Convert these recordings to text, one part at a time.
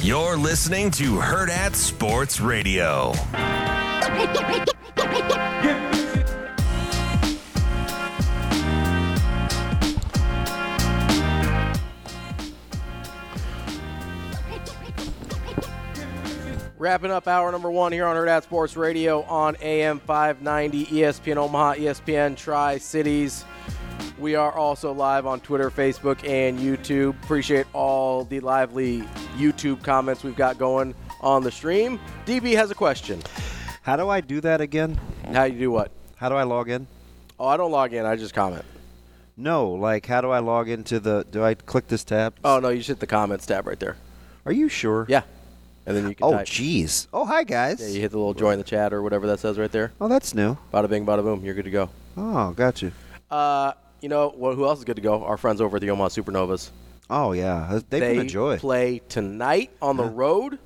You're listening to Herd at Sports Radio. Wrapping up hour number one here on Herd at Sports Radio on AM 590, ESPN Omaha, E ESPN Tri Cities. We are also live on Twitter, Facebook, and YouTube. Appreciate all the lively YouTube comments we've got going on the stream. DB has a question. How do I do that again? How you do what? How do I log in? Oh, I don't log in. I just comment. No, like how do I log into the? Do I click this tab? Oh no, you just hit the comments tab right there. Are you sure? Yeah, and then you can. Oh type. jeez. Oh hi guys. Yeah, you hit the little join the chat or whatever that says right there. oh that's new. Bada bing, bada boom. You're good to go. Oh got you. Uh, you know what? Who else is good to go? Our friends over at the Omaha Supernovas. Oh yeah, they've they been a joy. play tonight on the road,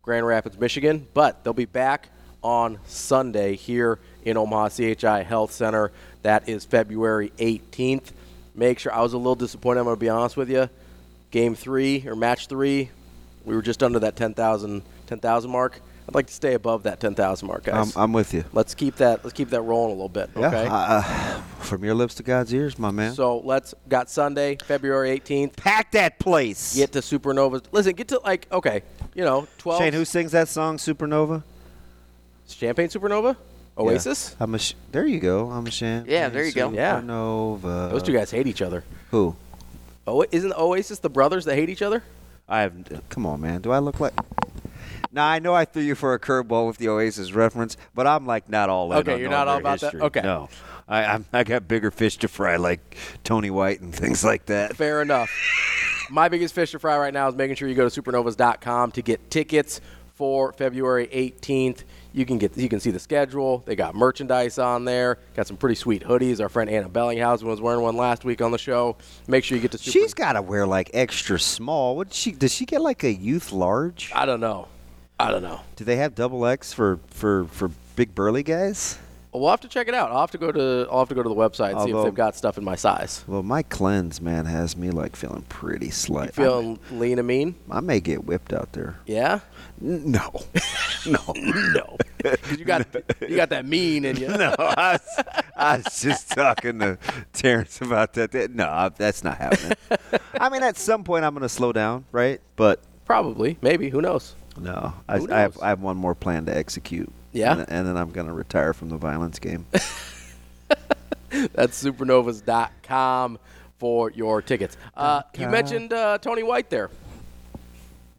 Grand Rapids, Michigan, but they'll be back on Sunday here in Omaha CHI Health Center. That is February 18th. Make sure I was a little disappointed. I'm going to be honest with you. Game three or match three, we were just under that 10,000 10,000 mark. I'd like to stay above that 10,000 mark, I'm, guys. I'm with you. let's keep that. Let's keep that rolling a little bit. Yeah. okay. I- I- from your lips to God's ears, my man. So let's got Sunday, February 18th. pack that place. Get to Supernovas. Listen, get to like okay, you know, 12. Shane, who sings that song, Supernova? Champagne Supernova, Oasis. Yeah. I'm a sh- there you go. I'm a Shane. Yeah, there you go. Yeah. Supernova. Those two guys hate each other. Who? Oh, isn't Oasis the brothers that hate each other? I have. Come on, man. Do I look like? Now I know I threw you for a curveball with the Oasis reference, but I'm like not all in. Okay, on you're not their all about that? history. Okay. No, I I'm, I got bigger fish to fry, like Tony White and things like that. Fair enough. My biggest fish to fry right now is making sure you go to supernovas.com to get tickets for February 18th. You can get you can see the schedule. They got merchandise on there. Got some pretty sweet hoodies. Our friend Anna Bellinghausen was wearing one last week on the show. Make sure you get to Super. She's got to wear like extra small. What did she? Does she get like a youth large? I don't know. I don't know. Do they have double X for for for big burly guys? Well, we'll have to check it out. I'll have to go to I'll have to go to the website and see if Although- they've got stuff in my size. Well, my cleanse man has me like feeling pretty slight. Feeling lean and mean? I may get whipped out there. Yeah. N- No, no, No. 'Cause you got you got that mean in you. no, I was, I was just talking to Terrence about that. That- No, I- that's not happening. I mean, at some point, I'm going to slow down, right? But Probably, maybe. Who knows? no, I, Who I, have, knows? I have one more plan to execute. Yeah? And, and then I'm going to retire from the violence game. That's supernovas.com for your tickets. Uh, you mentioned uh, Tony White there.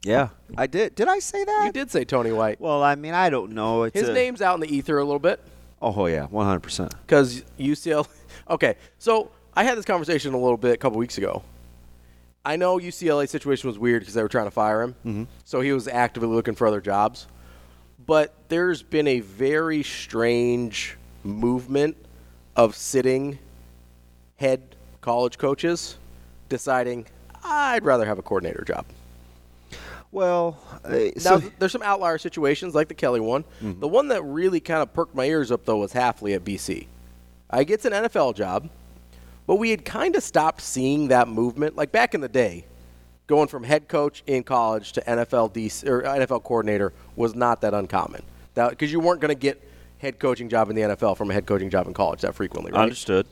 yeah, I did. Did I say that? You did say Tony White. Well, I mean, I don't know. It's His a- name's out in the ether a little bit Oh yeah, 100. percent because UCLA. Okay, so I had this conversation a little bit a couple weeks ago. I know UCLA situation was weird because they were trying to fire him, so he was actively looking for other jobs. But there's been a very strange movement of sitting head college coaches deciding I'd rather have a coordinator job. Well, uh, Now, so there's some outlier situations like the Kelly one. The one that really kind of perked my ears up, though, was Halfley at BC. I gets an NFL job, but we had kind of stopped seeing that movement. Like back in the day, going from head coach in college to NFL DC, or NFL coordinator was not that uncommon. Because you weren't going to get head coaching job in the NFL from a head coaching job in college that frequently, right? understood.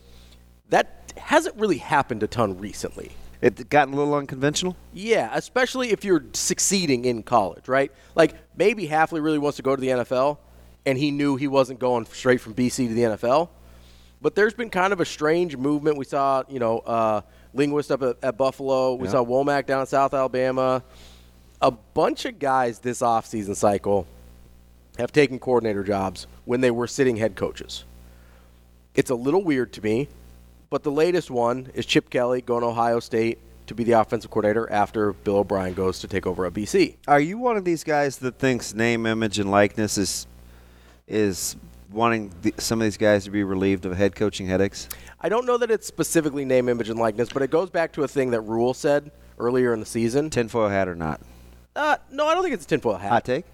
That hasn't really happened a ton recently. It gotten a little unconventional. Yeah, especially if you're succeeding in college, right? Like maybe Halfley really wants to go to the NFL, and he knew he wasn't going straight from BC to the NFL. But there's been kind of a strange movement. We saw, you know, uh, linguist up at, at Buffalo. We Yeah. saw Womack down in South Alabama. A bunch of guys this offseason cycle have taken coordinator jobs when they were sitting head coaches. It's a little weird to me, but the latest one is Chip Kelly going to Ohio State. to be the offensive coordinator after Bill O'Brien goes to take over at BC. Are you one of these guys that thinks name, image, and likeness is is wanting the, some of these guys to be relieved of head coaching headaches? I don't know that it's specifically name, image, and likeness, but it goes back to a thing that Rule said earlier in the season. Tinfoil hat or not? Uh, no, I don't think it's a tinfoil hat. Hot take.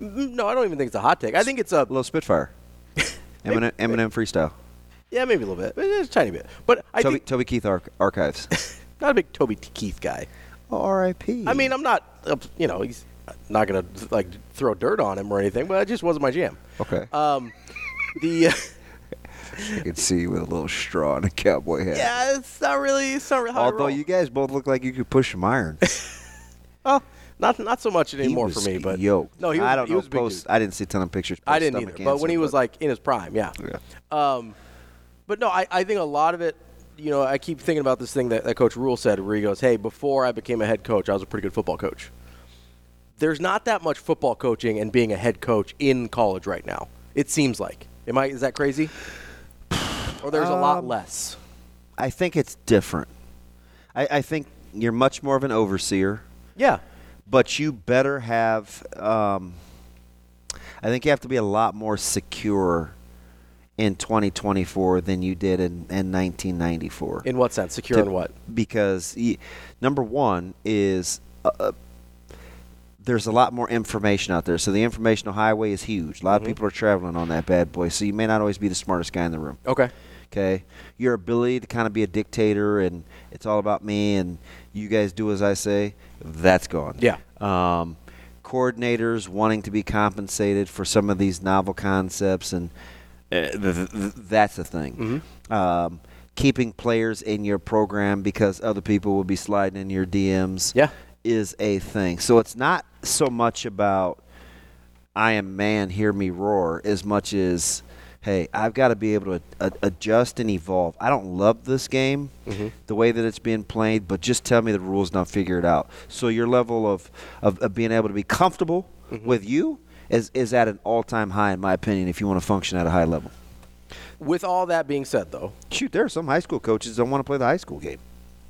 Mm, No, I don't even think it's a hot take. I think it's a A little Spitfire. Eminem, Eminem freestyle. yeah, maybe a little bit, eh, a tiny bit. But I Toby, think Toby Keith arch- archives. not a big Toby Keith guy. R.I.P. I mean, I'm not, uh, you know, he's not gonna like throw dirt on him or anything, but it just wasn't my jam. okay. Um, the I could see you with a little straw and a cowboy hat. yeah, it's not really, it's not really. How I Although roll. you guys both look like you could push some iron. Well, not not so much anymore He was for me, but yoked. no, he was, I don't he know. was a big post, dude. I didn't see a ton of pictures. I didn't either, post-stomach but when cancer, he was like in his prime, yeah. Yeah. Um, but no, I, I think a lot of it. You know, I keep thinking about this thing that, that Coach Rule said, where he goes, "Hey, before I became a head coach, I was a pretty good football coach." There's not that much football coaching and being a head coach in college right now. It seems like. Am I? Is that crazy? Or there's a lot Um, less. I think it's different. I, I think you're much more of an overseer, Yeah. but you better have. Um, I think you have to be a lot more secure in 2024 than you did in, in 1994. In what sense? Secure to- in what? Because y number one is uh, uh, there's a lot more information out there. So the informational highway is huge. A lot Mm-hmm. of people are traveling on that bad boy. So you may not always be the smartest guy in the room. Okay. Okay, your ability to kind of be a dictator and it's all about me and you guys do as I say. That's gone. Yeah. Um, coordinators wanting to be compensated for some of these novel concepts and uh, th- th- th- that's a thing. Um, keeping players in your program because other people will be sliding in your DMs. Yeah. Is a thing. So it's not so much about I am man, hear me roar, as much as, hey, I've got to be able to a- adjust and evolve. I don't love this game, the way that it's being played, but just tell me the rules and I'll figure it out. So your level of, of, of being able to be comfortable with you is, is at an all time high, in my opinion, if you want to function at a high level. With all that being said, though, Shoot, there are some high school coaches that don't want to play the high school game.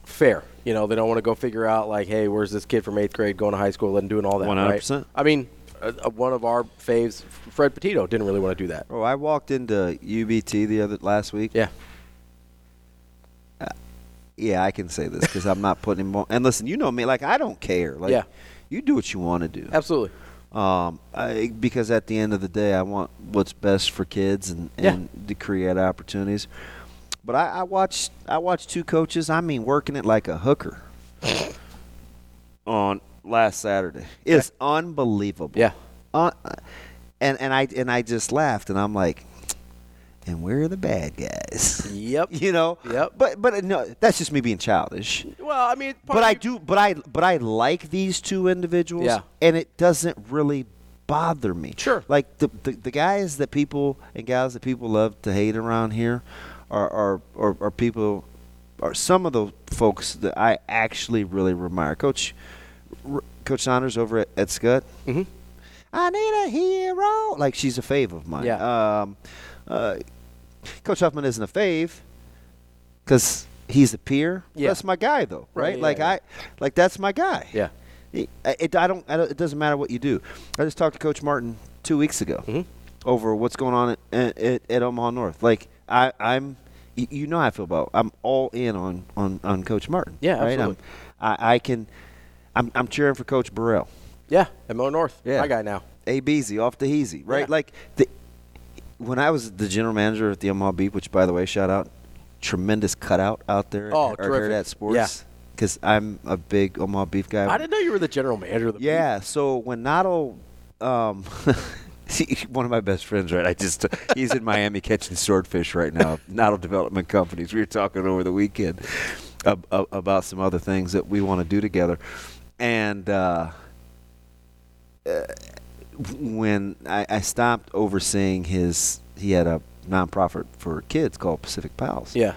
fair. You know, they don't want to go figure out like, hey, where's this kid from eighth grade going to high school and doing all that. 100%. Right? I mean, uh, uh, one of our faves, Fred Petito, didn't really want to do that. Bro, Oh, I walked into UBT the other last week. Yeah, yeah, I can say this because I'm not putting him on. And listen, you know me, like I don't care. Like, Yeah. you do what you want to do. absolutely. Um, I, because at the end of the day, I want what's best for kids and, Yeah. and to create opportunities. But I, I watched I watched two coaches. I mean, working it like a hooker on last Saturday. It's unbelievable. Yeah. Uh, and and I and I just laughed, and I'm like, and we're the bad guys. Yep. you know. Yep. But but uh, no, that's just me being childish Well, I mean, part but of I you- do. But I. But I like these two individuals. Yeah. And it doesn't really bother me. Sure. Like the, the the guys that people and gals that people love to hate around here, are are are, are people, are some of the folks that I actually really admire. Coach, R- Coach Saunders over at, at Scott. Mm-hmm. I need a hero. Like she's a fave of mine. Yeah. Um, uh, Coach Huffman isn't a fave because he's a peer. Yeah. That's my guy, though, Right, right? yeah, like yeah. I, like that's my guy. Yeah. It, it- I don't, I don't. It doesn't matter what you do. I just talked to Coach Martin two weeks ago Mm-hmm. over what's going on at, at, at Omaha North. Like I, I'm, y- you know how I feel about. I'm all in on on, on Coach Martin. Yeah, right? I'm- absolutely. I, I can, I'm, I'm cheering for Coach Burrell. yeah, Mo North, Yeah. my guy now. A Beasy off the Heezy, right? Yeah. Like the, when I was the general manager at the Omaha Beef, which by the way, shout out, tremendous cutout out there. Oh, at, terrific. at Sports. Because I'm a big Omaha Beef guy. I didn't know you were the general manager. Of the Yeah. So when Nottle, um, see, one of my best friends, right? I just he's in Miami catching swordfish right now. Nottle Development Companies. We were talking over the weekend ab- ab- about some other things that we want to do together, and. uh when I, I stopped overseeing his, he had a nonprofit for kids called Pacific Pals. Yeah.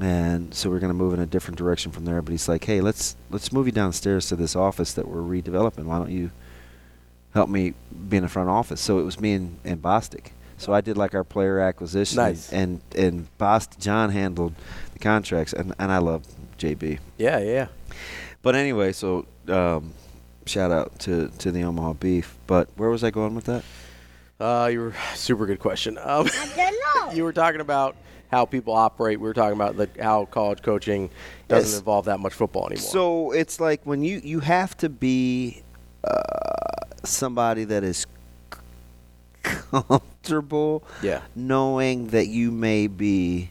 And so we're going to move in a different direction from there. But he's like, hey, let's let's move you downstairs to this office that we're redeveloping. Why don't you help me be in the front office? So it was me and, and Bostic. So I did like our player acquisition. Nice. And and, and Bost, John handled the contracts. And, and I love JB. Yeah, yeah. But anyway, so um, shout out to to the Omaha Beef. But where was I going with that? Uh, you were super good question. Um, you were talking about how people operate. We were talking about like how college coaching doesn't Yes. involve that much football anymore. So it's like when you you have to be uh, somebody that is c- comfortable, Yeah. knowing that you may be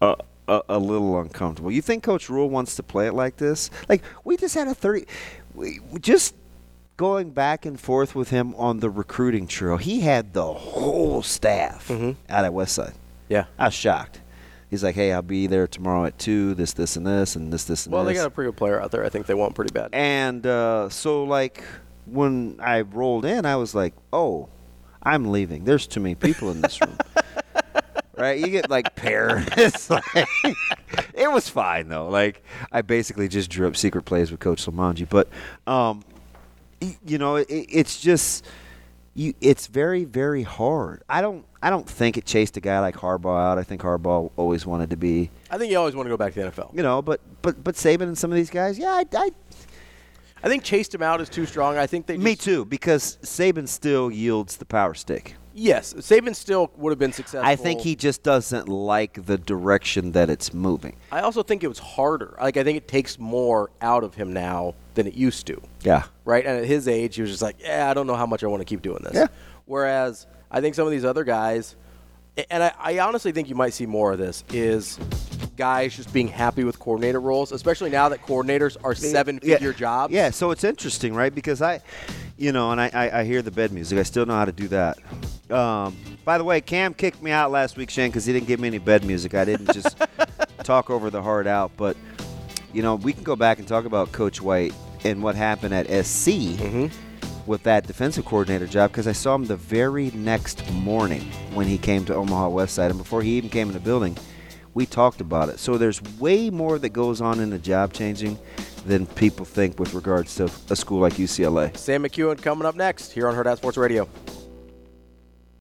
a, a, a little uncomfortable. You think Coach Rule wants to play it like this? Like we just had a thirty, we, we just. Going back and forth with him on the recruiting trail, he had the whole staff out at Westside. Mm-hmm. yeah. I was shocked. He's like, "Hey, I'll be there tomorrow at two. This, this, and this, and this, this, and Well, this." they got a pretty good player out there. I think they want pretty bad. And uh, so, like, when I rolled in, I was like, oh, I'm leaving. There's too many people in this room. right? You get, like, parents. like, it was fine, though. Like, I basically just drew up secret plays with Coach Somanji. But, um, y- you know, it, it's just. You, it's very, very hard. I don't, I don't think it chased a guy like Harbaugh out. I think Harbaugh always wanted to be, I think you always want to go back to the NFL. you know. But, but, but Saban and some of these guys, yeah, I, I I think chased him out is too strong. I think they. Just, Me too, because Saban still yields the power stick. Yes, Saban still would have been successful. I think he just doesn't like the direction that it's moving. I also think it was harder. Like I think it takes more out of him now than it used to. Yeah. Right. And at his age, he was just like, yeah, I don't know how much I want to keep doing this. Yeah. Whereas I think some of these other guys, and I, I honestly think you might see more of this is guys just being happy with coordinator roles, especially now that coordinators are seven-figure yeah. jobs. Yeah, so it's interesting, right? Because I, you know, and I, I, I hear the bed music. I still know how to do that. Um, by the way, Cam kicked me out last week, Shane, because he didn't give me any bed music. I didn't just talk over the hard out. But, you know, we can go back and talk about Coach White and what happened at SC with that defensive coordinator job because I saw him the very next morning when he came to Omaha Westside. And before he even came in the building, we talked about it. So there's way more that goes on in the job changing than people think with regards to a school like UCLA. Sam McEwen coming up next here on Herd Out Sports Radio.